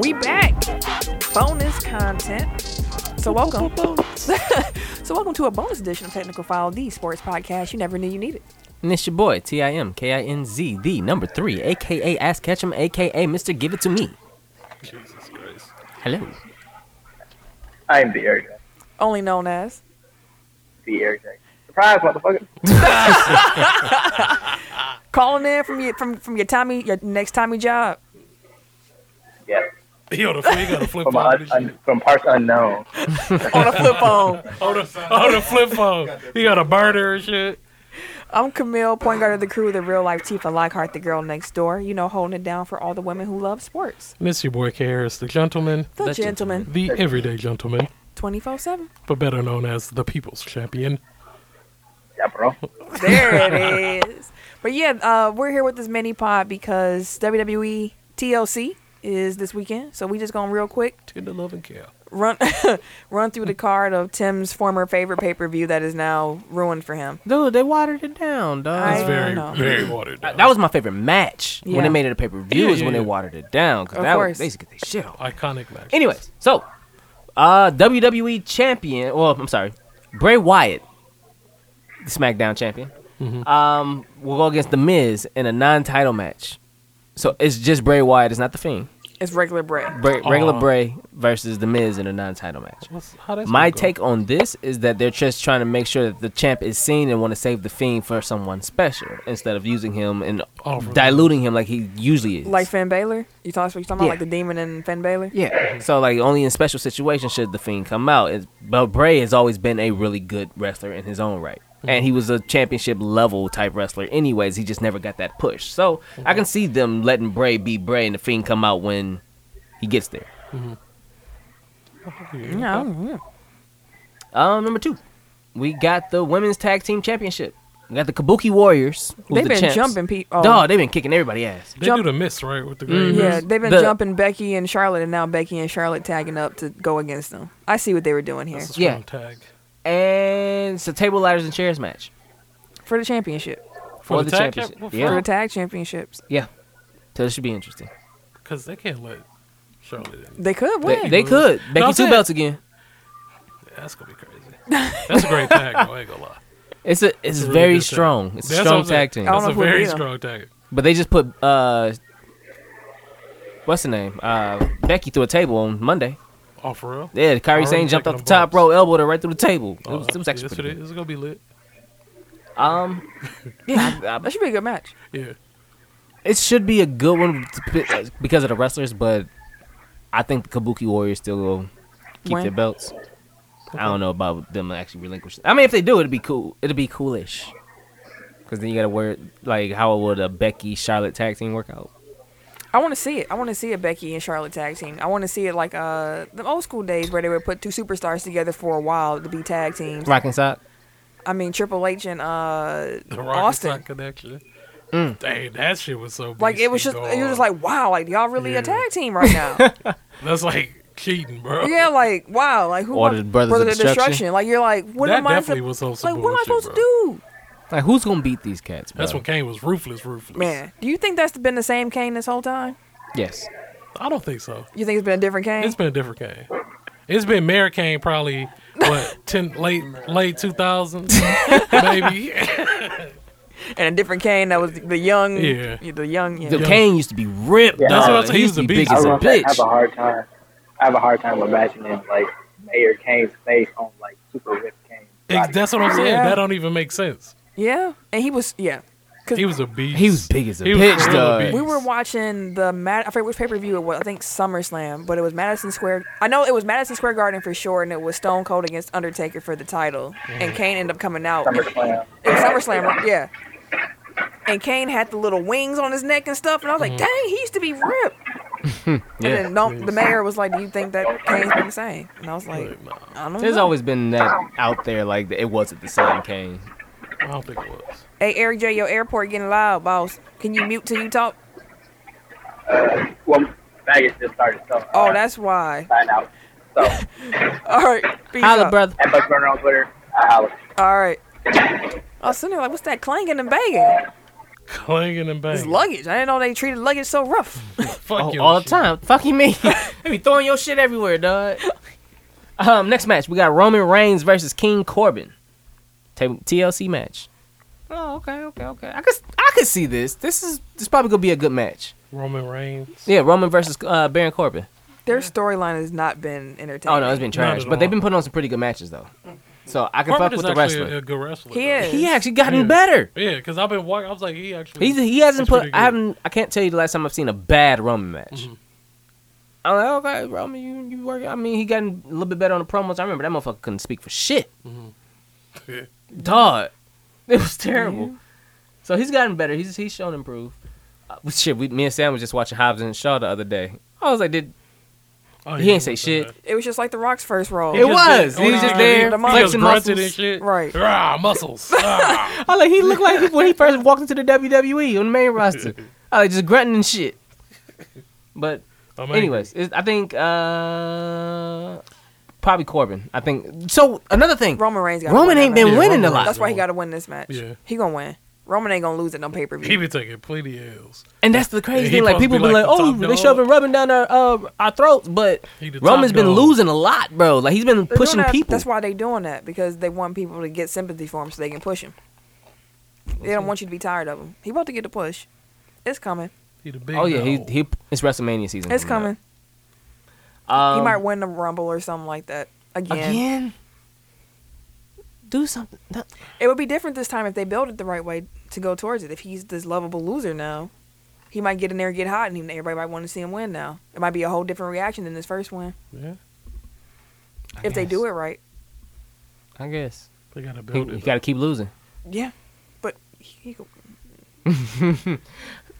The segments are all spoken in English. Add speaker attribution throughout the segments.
Speaker 1: We back. Bonus content. So welcome. so welcome to a bonus edition of Technical File, the sports podcast you never knew you needed.
Speaker 2: And it's your boy, T I M K I N Z, the number three, aka Ass Ketchum, aka Mr. Give It To Me.
Speaker 3: Jesus Christ.
Speaker 2: Hello.
Speaker 4: I'm the air jack.
Speaker 1: Only known as.
Speaker 4: The air jack. Surprise, motherfucker.
Speaker 1: Calling in from your from from your Tommy your next Tommy job.
Speaker 4: Yeah.
Speaker 3: Yo, the flip, got a flip
Speaker 4: From,
Speaker 3: phone.
Speaker 4: un- un- from parts unknown.
Speaker 1: On a flip phone.
Speaker 3: Oh, the flip phone. He got a burner and shit.
Speaker 1: I'm Camille, point guard of the crew, the real life Tifa Lockhart, the girl next door, you know, holding it down for all the women who love sports.
Speaker 3: Miss your boy K Harris, the gentleman,
Speaker 1: The
Speaker 2: That's
Speaker 1: gentleman,
Speaker 3: the everyday gentleman,
Speaker 1: 24 7.
Speaker 3: but better known as the people's champion.
Speaker 4: Yeah, bro.
Speaker 1: There it is. But yeah, uh, we're here with this mini pod because E WWE TLC is this weekend. So we just going to real quick
Speaker 3: Tender love and care.
Speaker 1: run run through the card of Tim's former favorite pay per view that is now ruined for him.
Speaker 2: Dude, they watered it down, dog.
Speaker 1: I
Speaker 3: It's very,
Speaker 1: know. Uh,
Speaker 3: very watered down.
Speaker 2: that was my favorite match
Speaker 1: Yeah.
Speaker 2: when they made it a pay per view,
Speaker 3: Yeah,
Speaker 2: is
Speaker 3: yeah,
Speaker 2: when they
Speaker 3: yeah.
Speaker 2: watered it down. Because
Speaker 1: Of
Speaker 2: that
Speaker 1: course.
Speaker 2: was, they used to get their shit off.
Speaker 3: iconic match.
Speaker 2: Anyways, so uh WWE champion, well, I'm sorry, Bray Wyatt, the SmackDown champion,
Speaker 1: Mm-hmm.
Speaker 2: um, will go against The Miz in a non-title match. So it's just Bray Wyatt. It's not the Fiend.
Speaker 1: It's regular bread.
Speaker 2: Bray, regular
Speaker 3: Aw.
Speaker 2: Bray versus The Miz in a non-title match.
Speaker 3: What's- how that's
Speaker 2: My
Speaker 3: gonna go?
Speaker 2: take on this is that they're just trying to make sure that the champ is seen and want to save the Fiend for someone special instead of using him and
Speaker 3: Oh, for-
Speaker 2: diluting him like he usually is.
Speaker 1: Like Finn Balor? You talking, you talking about
Speaker 2: Yeah.
Speaker 1: like the demon and Finn Balor?
Speaker 2: Yeah. So like only in special situations should the fiend come out. It's, but Bray has always been a really good wrestler in his own right.
Speaker 3: Mm-hmm.
Speaker 2: And he was a championship level type wrestler anyways. He just never got that push. So
Speaker 3: Mm-hmm.
Speaker 2: I can see them letting Bray be Bray and the fiend come out when he gets there.
Speaker 1: Yeah, I don't know.
Speaker 2: Um number two. We got the women's tag team championship. We got the Kabuki Warriors. who's
Speaker 1: They've
Speaker 2: the
Speaker 1: been
Speaker 2: champs.
Speaker 1: jumping people. Oh.
Speaker 2: Dog, they've been kicking everybody ass.
Speaker 3: They
Speaker 1: Jump- Mm-hmm.
Speaker 3: do the miss, right? With the green
Speaker 1: Yeah,
Speaker 3: miss?
Speaker 1: they've been
Speaker 2: Mm-hmm. The-
Speaker 1: jumping Becky and Charlotte, and now Becky and Charlotte tagging up to go against them. I see what they were doing here
Speaker 3: That's a
Speaker 2: Yeah.
Speaker 3: strong tag.
Speaker 2: And it's a table ladders and chairs match.
Speaker 1: for the championship,
Speaker 2: For, the,
Speaker 3: the tag
Speaker 2: championship.
Speaker 3: champ-
Speaker 1: for
Speaker 2: Yeah.
Speaker 1: the tag championships.
Speaker 2: yeah. So this should be interesting.
Speaker 3: Because they can't let Charlotte in.
Speaker 1: They could win.
Speaker 2: They, they could. Becky
Speaker 3: I'm
Speaker 2: two
Speaker 3: saying-
Speaker 2: belts again.
Speaker 3: That's going to be crazy. That's a great tag, though. I ain't going to lie.
Speaker 2: It's a it's,
Speaker 3: a really
Speaker 2: very
Speaker 3: good tag.
Speaker 2: strong. It's a
Speaker 3: That's what
Speaker 2: strong
Speaker 3: I'm saying.
Speaker 2: tag team.
Speaker 1: I don't
Speaker 3: That's
Speaker 1: know
Speaker 3: a
Speaker 1: who would
Speaker 3: very
Speaker 1: beat 'em.
Speaker 3: strong tag.
Speaker 2: But they just put uh what's the name? Uh Becky through a table on Monday.
Speaker 3: Oh, for real?
Speaker 2: Yeah, Kyrie
Speaker 3: Already
Speaker 2: Sane jumped off
Speaker 3: taking
Speaker 2: the
Speaker 3: them
Speaker 2: top
Speaker 3: bumps.
Speaker 2: row, elbowed her right through the table. It
Speaker 3: Oh,
Speaker 2: was, it was actually
Speaker 3: yes,
Speaker 2: pretty
Speaker 3: it
Speaker 2: good.
Speaker 3: is. It's going to be lit.
Speaker 2: Um yeah, I- I-
Speaker 1: That should be a good match.
Speaker 3: Yeah.
Speaker 2: it should be a good one to p- because of the wrestlers, but I think the Kabuki Warriors still will keep
Speaker 1: Win.
Speaker 2: their belts. I don't know about them actually relinquishing. I mean, if they do, it'd be cool. It'd be coolish. Because then you gotta wear like how would a Becky Charlotte tag team work out?
Speaker 1: I want to see it. I want to see a Becky and Charlotte tag team. I want to see it like uh the old school days where they would put two superstars together for a while to be tag teams.
Speaker 2: Rock and sock.
Speaker 1: I mean Triple H and uh
Speaker 3: The Rock
Speaker 1: Austin. Mm.
Speaker 3: Austin connection. Dang, that shit was so.
Speaker 1: Like it was just
Speaker 3: beastie,
Speaker 1: you're just
Speaker 3: dog.
Speaker 1: like wow, like y'all really
Speaker 3: Yeah.
Speaker 1: a tag team right now.
Speaker 3: that's like cheating, bro.
Speaker 1: yeah, like wow, like who
Speaker 2: Or
Speaker 1: won
Speaker 2: the Brothers of Destruction.
Speaker 1: Like you're like what
Speaker 3: That
Speaker 1: am I
Speaker 3: definitely was
Speaker 1: sup-
Speaker 3: some
Speaker 1: like what am I
Speaker 3: bullshit,
Speaker 1: supposed to
Speaker 3: bro.
Speaker 1: do?
Speaker 2: Like who's gonna beat these cats? Bro?
Speaker 3: that's when Kane was ruthless, ruthless.
Speaker 1: Man, do you think that's been the same Kane this whole time?
Speaker 2: Yes.
Speaker 3: I don't think so.
Speaker 1: You think it's been a different Kane?
Speaker 3: It's been a different Kane. It's been Mayor Kane probably what ten late late two thousands maybe.
Speaker 1: and a different Kane that was the young,
Speaker 3: Yeah.
Speaker 1: the young. Yeah.
Speaker 2: The Kane used to be ripped.
Speaker 4: Yeah.
Speaker 2: That's
Speaker 4: That's
Speaker 3: what I
Speaker 2: what
Speaker 3: was
Speaker 2: I'm
Speaker 3: saying,
Speaker 2: He used to be big
Speaker 3: a
Speaker 2: as
Speaker 4: I,
Speaker 2: a
Speaker 4: was gonna say, I have a
Speaker 2: bitch.
Speaker 4: hard time. I have a hard time imagining like Mayor Kane's face on like super ripped Kane's body.
Speaker 3: Ex- that's what I'm saying.
Speaker 1: Yeah.
Speaker 3: That don't even make sense.
Speaker 1: yeah, and he was yeah.
Speaker 3: He was a beast.
Speaker 2: He was big as a
Speaker 3: He was
Speaker 2: bitch,
Speaker 3: real
Speaker 2: dog.
Speaker 3: big.
Speaker 1: We were watching the Mad. I forget which pay per view it was. I think SummerSlam, but it was Madison Square. I know it was Madison Square Garden for sure, and it was Stone Cold against Undertaker for the title.
Speaker 2: Mm-hmm.
Speaker 1: And Kane ended up coming out.
Speaker 4: SummerSlam.
Speaker 1: It was SummerSlam, right? yeah. And Kane had the little wings on his neck and stuff, and I was like, "Dang, he used to be ripped." And
Speaker 2: Mm-hmm. Yeah.
Speaker 1: then
Speaker 2: Mm-hmm.
Speaker 1: no, the mayor was like, "Do you think that Kane's been the same?" And I was like,
Speaker 3: Nah,
Speaker 1: "I don't know."
Speaker 2: There's always been that out there, like that it wasn't the same Kane.
Speaker 3: I don't think it was.
Speaker 1: hey, Eric J, your airport getting loud, boss. Can you mute till you talk?
Speaker 4: Well, Maggot just started. So,
Speaker 1: Oh,
Speaker 4: uh,
Speaker 1: that's why.
Speaker 4: sign out. So,
Speaker 1: All right, peace
Speaker 2: Holla,
Speaker 1: out.
Speaker 2: brother.
Speaker 4: at Buck Burner on Twitter. I holler.
Speaker 1: Oh, All right. I was sitting there like, what's that clanging and banging?
Speaker 3: Clanging and
Speaker 1: It's
Speaker 3: banging.
Speaker 1: luggage. I didn't know they treated luggage so rough.
Speaker 3: Fuck
Speaker 2: Oh,
Speaker 3: your
Speaker 2: all the
Speaker 3: shit.
Speaker 2: time. Fuck you, me. they be throwing your shit everywhere, dog. Um, next match we got Roman Reigns versus King Corbin. Ta- TLC match. Oh, okay, okay, okay. I could, I could see this. This is this probably gonna be a good match.
Speaker 3: Roman Reigns.
Speaker 2: Yeah, Roman versus uh, Baron Corbin.
Speaker 1: Their storyline has not been entertaining.
Speaker 2: Oh no, it's been trash,
Speaker 3: at
Speaker 2: but they've
Speaker 3: all.
Speaker 2: been putting on some pretty good matches though. So I can
Speaker 3: Corbin
Speaker 2: fuck
Speaker 3: is
Speaker 2: with the
Speaker 3: actually
Speaker 2: wrestler.
Speaker 3: a good wrestler.
Speaker 1: He
Speaker 3: though.
Speaker 1: is.
Speaker 2: He actually gotten
Speaker 3: Yeah.
Speaker 2: better.
Speaker 3: Yeah, because I've been watching. I was like, he actually.
Speaker 2: He's, he hasn't
Speaker 3: It's
Speaker 2: put.
Speaker 3: Hmm. pretty
Speaker 2: I
Speaker 3: good. Mm-hmm.
Speaker 2: haven't. I can't tell you the last time I've seen a bad Roman match. I'm like, "Oh, okay, Roman, you you work. I mean, he gotten a little bit better on the promos. I remember that motherfucker couldn't speak for shit.
Speaker 3: Mm-hmm. Yeah.
Speaker 2: Dog, it was terrible. So he's gotten better. He's he's shown improved. Uh, well, shit, we, me and Sam was just watching Hobbs and Shaw the other day. I was like, did
Speaker 3: Oh,
Speaker 2: He ain't say
Speaker 3: wasn't
Speaker 2: shit.
Speaker 3: bad.
Speaker 1: It was just like The Rock's first role.
Speaker 2: It was.
Speaker 3: did-
Speaker 2: He was
Speaker 3: oh,
Speaker 2: just there
Speaker 3: He
Speaker 1: flexing
Speaker 3: just grunted
Speaker 2: muscles.
Speaker 3: and shit.
Speaker 1: Right.
Speaker 3: Rah, muscles. Ah.
Speaker 2: I like he looked like he, when he first walked into the WWE on the main roster. I like just grunting and shit. But
Speaker 3: I'm angry.
Speaker 2: Anyways, it's, I think uh, probably Corbin. I think so. Another thing, Roman,
Speaker 1: Roman Reigns got
Speaker 2: ain't been
Speaker 3: Yeah,
Speaker 2: winning
Speaker 3: Roman
Speaker 2: a lot,
Speaker 1: That's why he got to win this match.
Speaker 3: Yeah.
Speaker 1: He going to win. Roman ain't going to lose at no pay per
Speaker 3: he
Speaker 1: view.
Speaker 3: be taking plenty of L's.
Speaker 2: and that's the crazy
Speaker 3: Yeah, he
Speaker 2: thing. Like
Speaker 3: supposed to
Speaker 2: people
Speaker 3: be
Speaker 2: be like,
Speaker 3: like the
Speaker 2: "Oh,
Speaker 3: top
Speaker 2: they
Speaker 3: dog."
Speaker 2: shoving Roman down our uh, our throats," but
Speaker 3: He the top
Speaker 2: Roman's been
Speaker 3: dog.
Speaker 2: losing a lot, bro. Like he's been pushing people.
Speaker 1: That's why they doing that because they want people to get sympathy for him so they can push him. They don't want you to be tired of him. He about to get the push. It's coming.
Speaker 3: He the big.
Speaker 2: Oh yeah, he,
Speaker 3: dog.
Speaker 2: he it's WrestleMania season.
Speaker 1: It's coming.
Speaker 2: up. Um,
Speaker 1: he might win the Rumble or something like that again.
Speaker 2: again. Do something. No.
Speaker 1: It would be different this time if they build it the right way to go towards it. If he's this lovable loser now, he might get in there and get hot, and he- everybody might want to see him win now. It might be a whole different reaction than this first one
Speaker 3: Yeah,
Speaker 1: if they do it right.
Speaker 2: I guess
Speaker 3: they gotta
Speaker 2: he,
Speaker 3: build it.
Speaker 2: got to keep losing.
Speaker 1: Yeah, but he, he-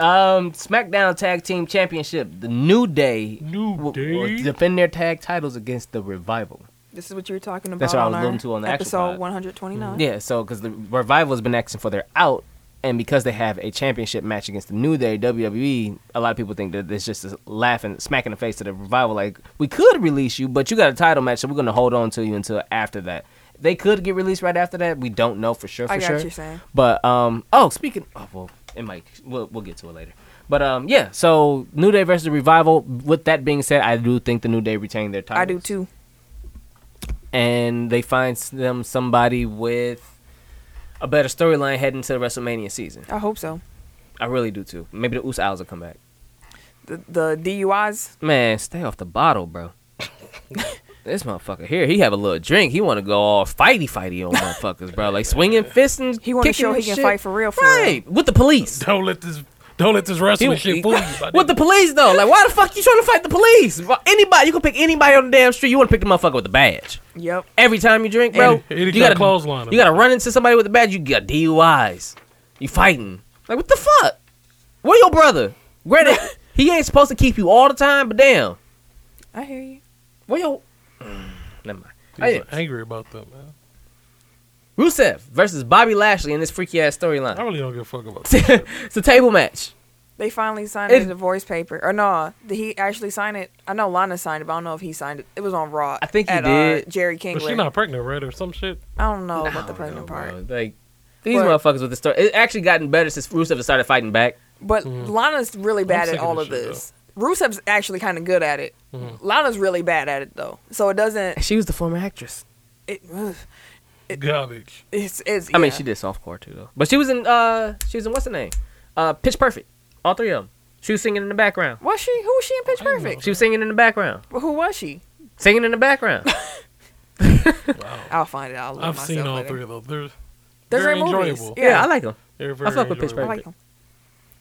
Speaker 2: Um, SmackDown Tag Team Championship, the New Day
Speaker 3: New
Speaker 2: will,
Speaker 3: day.
Speaker 2: will defend their tag titles against the revival.
Speaker 1: this is what you were talking about.
Speaker 2: That's what I was
Speaker 1: on our
Speaker 2: alluding to on the actual
Speaker 1: episode
Speaker 2: pod. Mm-hmm.
Speaker 1: one hundred twenty nine.
Speaker 2: Yeah, so because the revival has been asking for their out, and because they have a championship match against the New Day, WWE, a lot of people think that it's just a laughing, smack in the face to the revival. Like we could release you, but you got a title match, so we're gonna hold on to you until after that. They could get released right after that. We don't know for sure. For
Speaker 1: I got
Speaker 2: sure.
Speaker 1: what you're saying.
Speaker 2: But um, oh, speaking, oh well, it might we'll we'll get to it later. But um, yeah. So New Day versus Revival. With that being said, I do think the New Day retain their title.
Speaker 1: I do too.
Speaker 2: And they find s- them somebody with a better storyline heading to the WrestleMania season.
Speaker 1: I hope so.
Speaker 2: I really do too. Maybe the Usos will come back.
Speaker 1: The the DUIs.
Speaker 2: Man, stay off the bottle, bro. this motherfucker here, he have a little drink. He want to go all fighty fighty on motherfuckers, bro. Like swinging fists and
Speaker 1: He want to
Speaker 2: kicking
Speaker 1: show he
Speaker 2: and
Speaker 1: can
Speaker 2: shit.
Speaker 1: fight for real. For real.
Speaker 2: right with the police.
Speaker 3: Don't let this. Don't let this wrestling
Speaker 2: He-
Speaker 3: shit
Speaker 2: he-
Speaker 3: fool you. my
Speaker 2: with the
Speaker 3: nigga.
Speaker 2: police though, like why the fuck you trying to fight the police? Why- Anybody, you can pick anybody on the damn street. You want to pick the motherfucker with the badge.
Speaker 1: Yep.
Speaker 2: Every time you drink, bro,
Speaker 3: Any- any
Speaker 2: you
Speaker 3: kind
Speaker 2: got
Speaker 3: of clothesline him.
Speaker 2: You got to run into somebody with a badge. You got DUIs. You fighting? Like what the fuck? Where your brother? Granted, he ain't supposed to keep you all the time, but damn,
Speaker 1: I hear you.
Speaker 2: where your? Never mind.
Speaker 3: He
Speaker 2: Oh,
Speaker 3: was
Speaker 2: yeah.
Speaker 3: angry about that, man.
Speaker 2: Rusev versus Bobby Lashley in this freaky ass
Speaker 3: I
Speaker 2: storyline.
Speaker 3: really don't give a fuck about. that.
Speaker 2: it's a table match.
Speaker 1: They finally signed
Speaker 2: It-
Speaker 1: the divorce paper. Or no, did he actually sign it? I know Lana signed it, but I don't know if he signed it. It was on Raw.
Speaker 2: I think he
Speaker 1: at,
Speaker 2: did.
Speaker 1: Uh, Jerry
Speaker 3: But
Speaker 1: Kingler.
Speaker 3: she not pregnant, right, or some shit.
Speaker 1: I don't know about the
Speaker 2: I don't know,
Speaker 1: pregnant part.
Speaker 2: bro. Like these
Speaker 1: But-
Speaker 2: motherfuckers with the story. It actually gotten better since Rusev started fighting back.
Speaker 1: But Lana's really bad at
Speaker 3: Mm-hmm. sick of
Speaker 1: all
Speaker 3: this
Speaker 1: of
Speaker 3: shit, Mm-hmm.
Speaker 1: this. Rusev's actually kind of good at it. Lana's really bad at it though, so it doesn't.
Speaker 2: She was the former actress.
Speaker 1: It, ugh,
Speaker 3: Garbage.
Speaker 1: it's it's.
Speaker 2: I mean,
Speaker 1: yeah.
Speaker 2: she did softcore too, though. But she was in uh, she was in what's the name? Uh, Pitch Perfect. All three of them. She was singing in the background.
Speaker 1: Was she? Who was she in Pitch
Speaker 3: I don't know.
Speaker 1: Perfect?
Speaker 2: She was singing in the background.
Speaker 1: Who was she?
Speaker 2: Singing in the background.
Speaker 3: Wow.
Speaker 1: I'll find it. I'll look
Speaker 3: I've
Speaker 1: myself
Speaker 3: seen all
Speaker 1: later.
Speaker 3: three of those. They're,
Speaker 1: They're
Speaker 3: very
Speaker 1: great movies.
Speaker 3: enjoyable.
Speaker 1: Yeah.
Speaker 2: yeah. I like them.
Speaker 3: They're very
Speaker 2: fuck with Pitch
Speaker 1: I
Speaker 3: enjoyable.
Speaker 1: like them.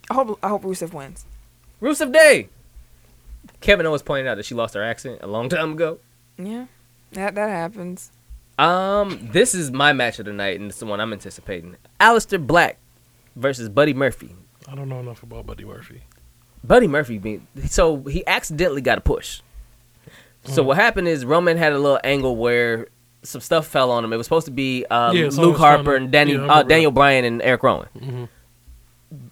Speaker 1: I hope I hope Rusev wins.
Speaker 2: Rusev Day. Kevin Owens pointed out that she lost her accent a long time ago.
Speaker 1: Yeah, that that happens.
Speaker 2: Um, this is my match of the night, and it's the one I'm anticipating. Alistair Black versus Buddy Murphy.
Speaker 3: I don't know enough about Buddy Murphy.
Speaker 2: Buddy Murphy being so he accidentally got a push.
Speaker 3: Mm-hmm.
Speaker 2: So what happened is Roman had a little angle where some stuff fell on him. It was supposed to be um,
Speaker 3: Yeah, so it
Speaker 2: Luke
Speaker 3: was
Speaker 2: Harper
Speaker 3: kinda-
Speaker 2: and Danny,
Speaker 3: yeah, I
Speaker 2: uh,
Speaker 3: remember Mm-hmm.
Speaker 2: Daniel Bryan and Eric Rowan.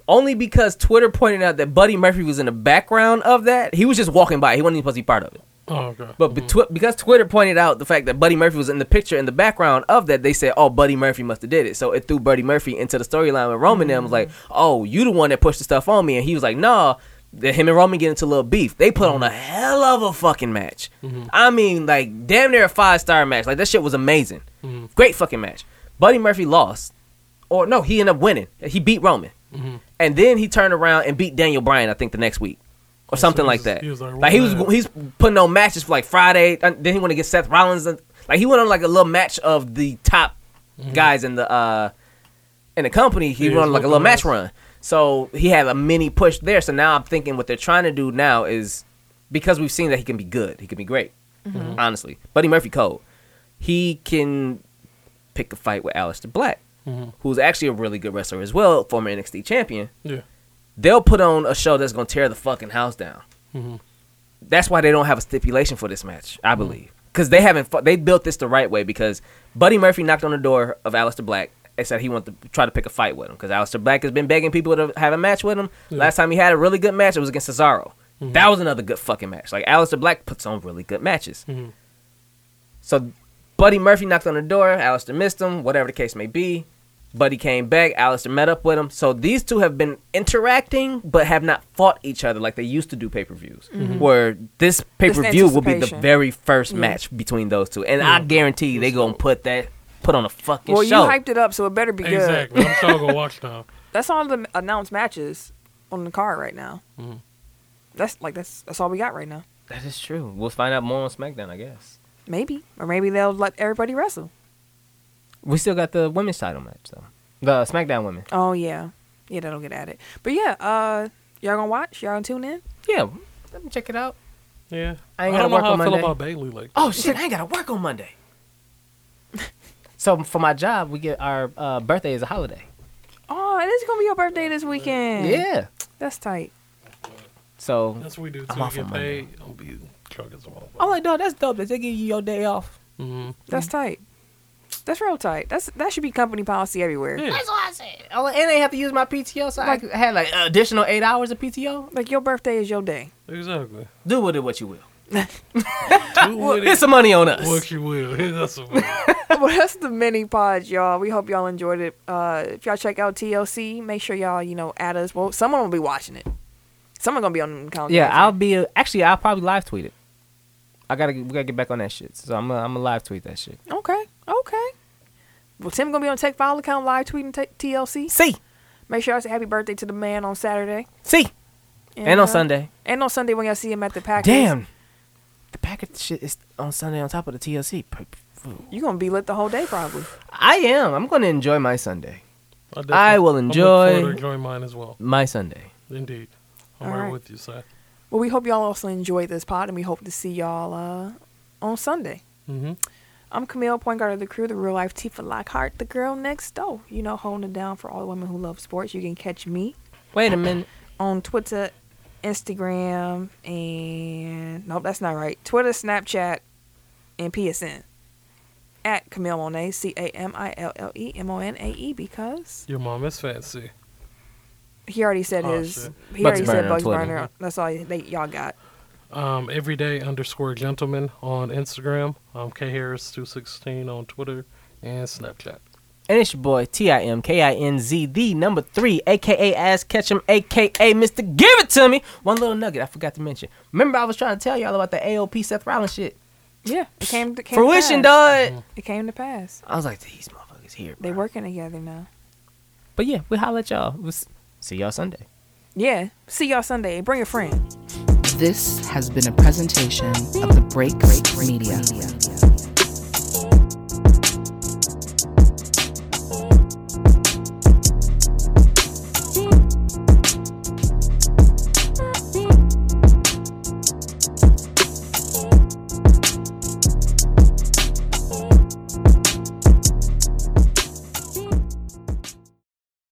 Speaker 2: Only because Twitter pointed out that Buddy Murphy was in the background of that. He was just walking by. He wasn't even supposed to be part of it.
Speaker 3: Oh, okay.
Speaker 2: But betwi- because Twitter pointed out the fact that Buddy Murphy was in the picture in the background of that, they said, "Oh, Buddy Murphy must have did it." So it threw Buddy Murphy into the storyline with Roman. And was like, "Oh, you the one that pushed the stuff on me," and he was like, "Nah." That him and Roman get into a little beef. They put on a hell of a fucking match. I mean, like damn near a five star match. Like that shit was amazing. Great fucking match. Buddy Murphy lost, or no, he ended up winning. He beat Roman, and then he turned around and beat Daniel Bryan. I think the next week or something
Speaker 3: he
Speaker 2: like
Speaker 3: was-
Speaker 2: that.
Speaker 3: he was like,
Speaker 2: like, he was
Speaker 3: "Wow."
Speaker 2: he's putting on matches for like Friday. And then he want to get Seth Rollins. And, like he went on like a little match of the top
Speaker 3: Mm-hmm.
Speaker 2: guys in the uh in the company. He
Speaker 3: Yeah,
Speaker 2: went
Speaker 3: he's
Speaker 2: on like a little
Speaker 3: looking
Speaker 2: match
Speaker 3: nice.
Speaker 2: run. So he had a mini push there. So now I'm thinking what they're trying to do now is because we've seen that he can be good, he can be great.
Speaker 3: Mm-hmm.
Speaker 2: Honestly, Buddy Murphy Cole, he can pick a fight with Aleister Black,
Speaker 3: Mm-hmm.
Speaker 2: who's actually a really good wrestler as well, former NXT champion
Speaker 3: Yeah.
Speaker 2: they'll put on a show that's gonna tear the fucking house down.
Speaker 3: Mhm.
Speaker 2: That's why they don't have a stipulation for this match, I believe, because they haven't fu- they built this the right way. Because Buddy Murphy knocked on the door of Aleister Black and said he wanted to try to pick a fight with him because Aleister Black has been begging people to have a match with him. Last time he had a really good match, it was against Cesaro. That was another good fucking match. Like Aleister Black puts on really good matches. So Buddy Murphy knocked on the door. Alistair missed him, whatever the case may be. Buddy came back. Alistair met up with him. So these two have been interacting, but have not fought each other like they used to do pay per views. Where this pay per view will be
Speaker 1: Mm-hmm.
Speaker 2: the
Speaker 1: anticipation.
Speaker 2: very first match between those two, and I guarantee you they gonna put that put on a fucking
Speaker 1: Well,
Speaker 2: show.
Speaker 1: you hyped it up, so it better be good.
Speaker 3: Exactly. I'm still gonna watch now.
Speaker 1: That's all the announced matches on the card right now.
Speaker 3: Mm-hmm.
Speaker 1: That's like that's that's all we got right now.
Speaker 2: that is true. We'll find out more on SmackDown, I guess.
Speaker 1: Maybe or maybe they'll let everybody wrestle.
Speaker 2: We still got the women's title match though. The SmackDown women.
Speaker 1: Oh yeah, yeah, that'll get added. But yeah, uh, y'all gonna watch? Y'all gonna tune in?
Speaker 2: Yeah, let me check it out.
Speaker 3: Yeah.
Speaker 2: I
Speaker 3: I,
Speaker 2: ain't gotta
Speaker 3: don't know
Speaker 2: work
Speaker 3: how I
Speaker 2: on
Speaker 3: feel
Speaker 2: Monday.
Speaker 3: about Bailey. Like,
Speaker 2: Oh shit, I ain't gotta work on Monday. so for my job, we get our uh, birthday is a holiday.
Speaker 1: Oh, it is gonna be your birthday this weekend.
Speaker 2: Yeah.
Speaker 1: that's tight.
Speaker 2: So
Speaker 3: that's what we do.
Speaker 2: I'm
Speaker 3: Too.
Speaker 2: off
Speaker 3: get
Speaker 2: on Monday.
Speaker 3: paid. I'll be drunk as well.
Speaker 2: I'm like, dog, that's dope that they give you your day off.
Speaker 3: Mm-hmm.
Speaker 1: That's tight. That's real tight. That's that should be company policy everywhere.
Speaker 2: Mm-hmm.
Speaker 3: Yeah.
Speaker 2: Oh, I'm like, and they have to use my PTO, so I had like an additional eight hours of PTO.
Speaker 1: Like your birthday is your day.
Speaker 3: Exactly.
Speaker 2: Do with it what you will.
Speaker 3: Do with
Speaker 2: Get
Speaker 3: it
Speaker 2: some money on us.
Speaker 3: what you will. That's what-
Speaker 1: well, that's the mini pod, y'all. We hope y'all enjoyed it. Uh, if y'all check out TLC, make sure y'all you know add us. Well, someone will be watching it. Someone gonna be on the comments.
Speaker 2: Yeah, I'll be actually I'll probably live tweet it. I gotta we gotta get back on that shit. So I'm gonna I'm gonna live tweet that shit.
Speaker 1: Okay, okay. Well, Tim gonna be on Tech File account live tweeting t- TLC.
Speaker 2: See,
Speaker 1: Make sure y'all say happy birthday to the man on Saturday
Speaker 2: see, and on
Speaker 1: uh,
Speaker 2: Sunday.
Speaker 1: And on Sunday when y'all see him at the package.
Speaker 2: Damn, the packet shit is on Sunday on top of the TLC.
Speaker 1: you gonna be lit the whole day probably.
Speaker 2: I am. I'm going to enjoy my Sunday.
Speaker 3: definitely-
Speaker 2: I will
Speaker 3: I'm looking
Speaker 2: enjoy-
Speaker 3: forward to enjoy mine as well.
Speaker 2: My Sunday.
Speaker 3: Indeed. I'm
Speaker 1: All
Speaker 3: right
Speaker 1: right.
Speaker 3: with you, sir.
Speaker 1: Well, we hope y'all also enjoyed this pod, and we hope to see y'all uh, on Sunday.
Speaker 3: Mm-hmm.
Speaker 1: I'm Camille, point guard of the crew, the real life Tifa Lockhart, the girl next door. You know, holding it down for all the women who love sports. You can catch me
Speaker 2: Wait a minute.
Speaker 1: on Twitter, Instagram, and nope, that's not right. Twitter, Snapchat, and PSN at Camille Monet, C A M I L L E M O N A E, because
Speaker 3: Your mom is fancy.
Speaker 1: he already said
Speaker 3: Oh,
Speaker 1: his.
Speaker 3: shit.
Speaker 1: He
Speaker 2: Bugs
Speaker 1: already said
Speaker 2: Burner on
Speaker 1: Bugs
Speaker 2: Twitter.
Speaker 1: Burner. That's all they, y'all got.
Speaker 3: Um, everyday underscore gentleman on Instagram. Um, K Harris two sixteen on Twitter and Snapchat.
Speaker 2: And it's your boy T I M K I N Z the number three, aka Ass Ketchum, aka Mr. Give It To Me. One little nugget I forgot to mention. Remember I was trying to tell y'all about the AOP Seth Rollins shit.
Speaker 1: Yeah, it came, it came
Speaker 2: Fruition,
Speaker 1: to pass.
Speaker 2: dog.
Speaker 1: It came to pass.
Speaker 2: I was like, these motherfuckers here.
Speaker 1: They
Speaker 2: bro."
Speaker 1: working together now.
Speaker 2: But yeah, we holla at y'all. We'll s- see y'all Sunday.
Speaker 1: Yeah. See y'all Sunday. Bring a friend.
Speaker 5: This has been a presentation of the Break Break Media.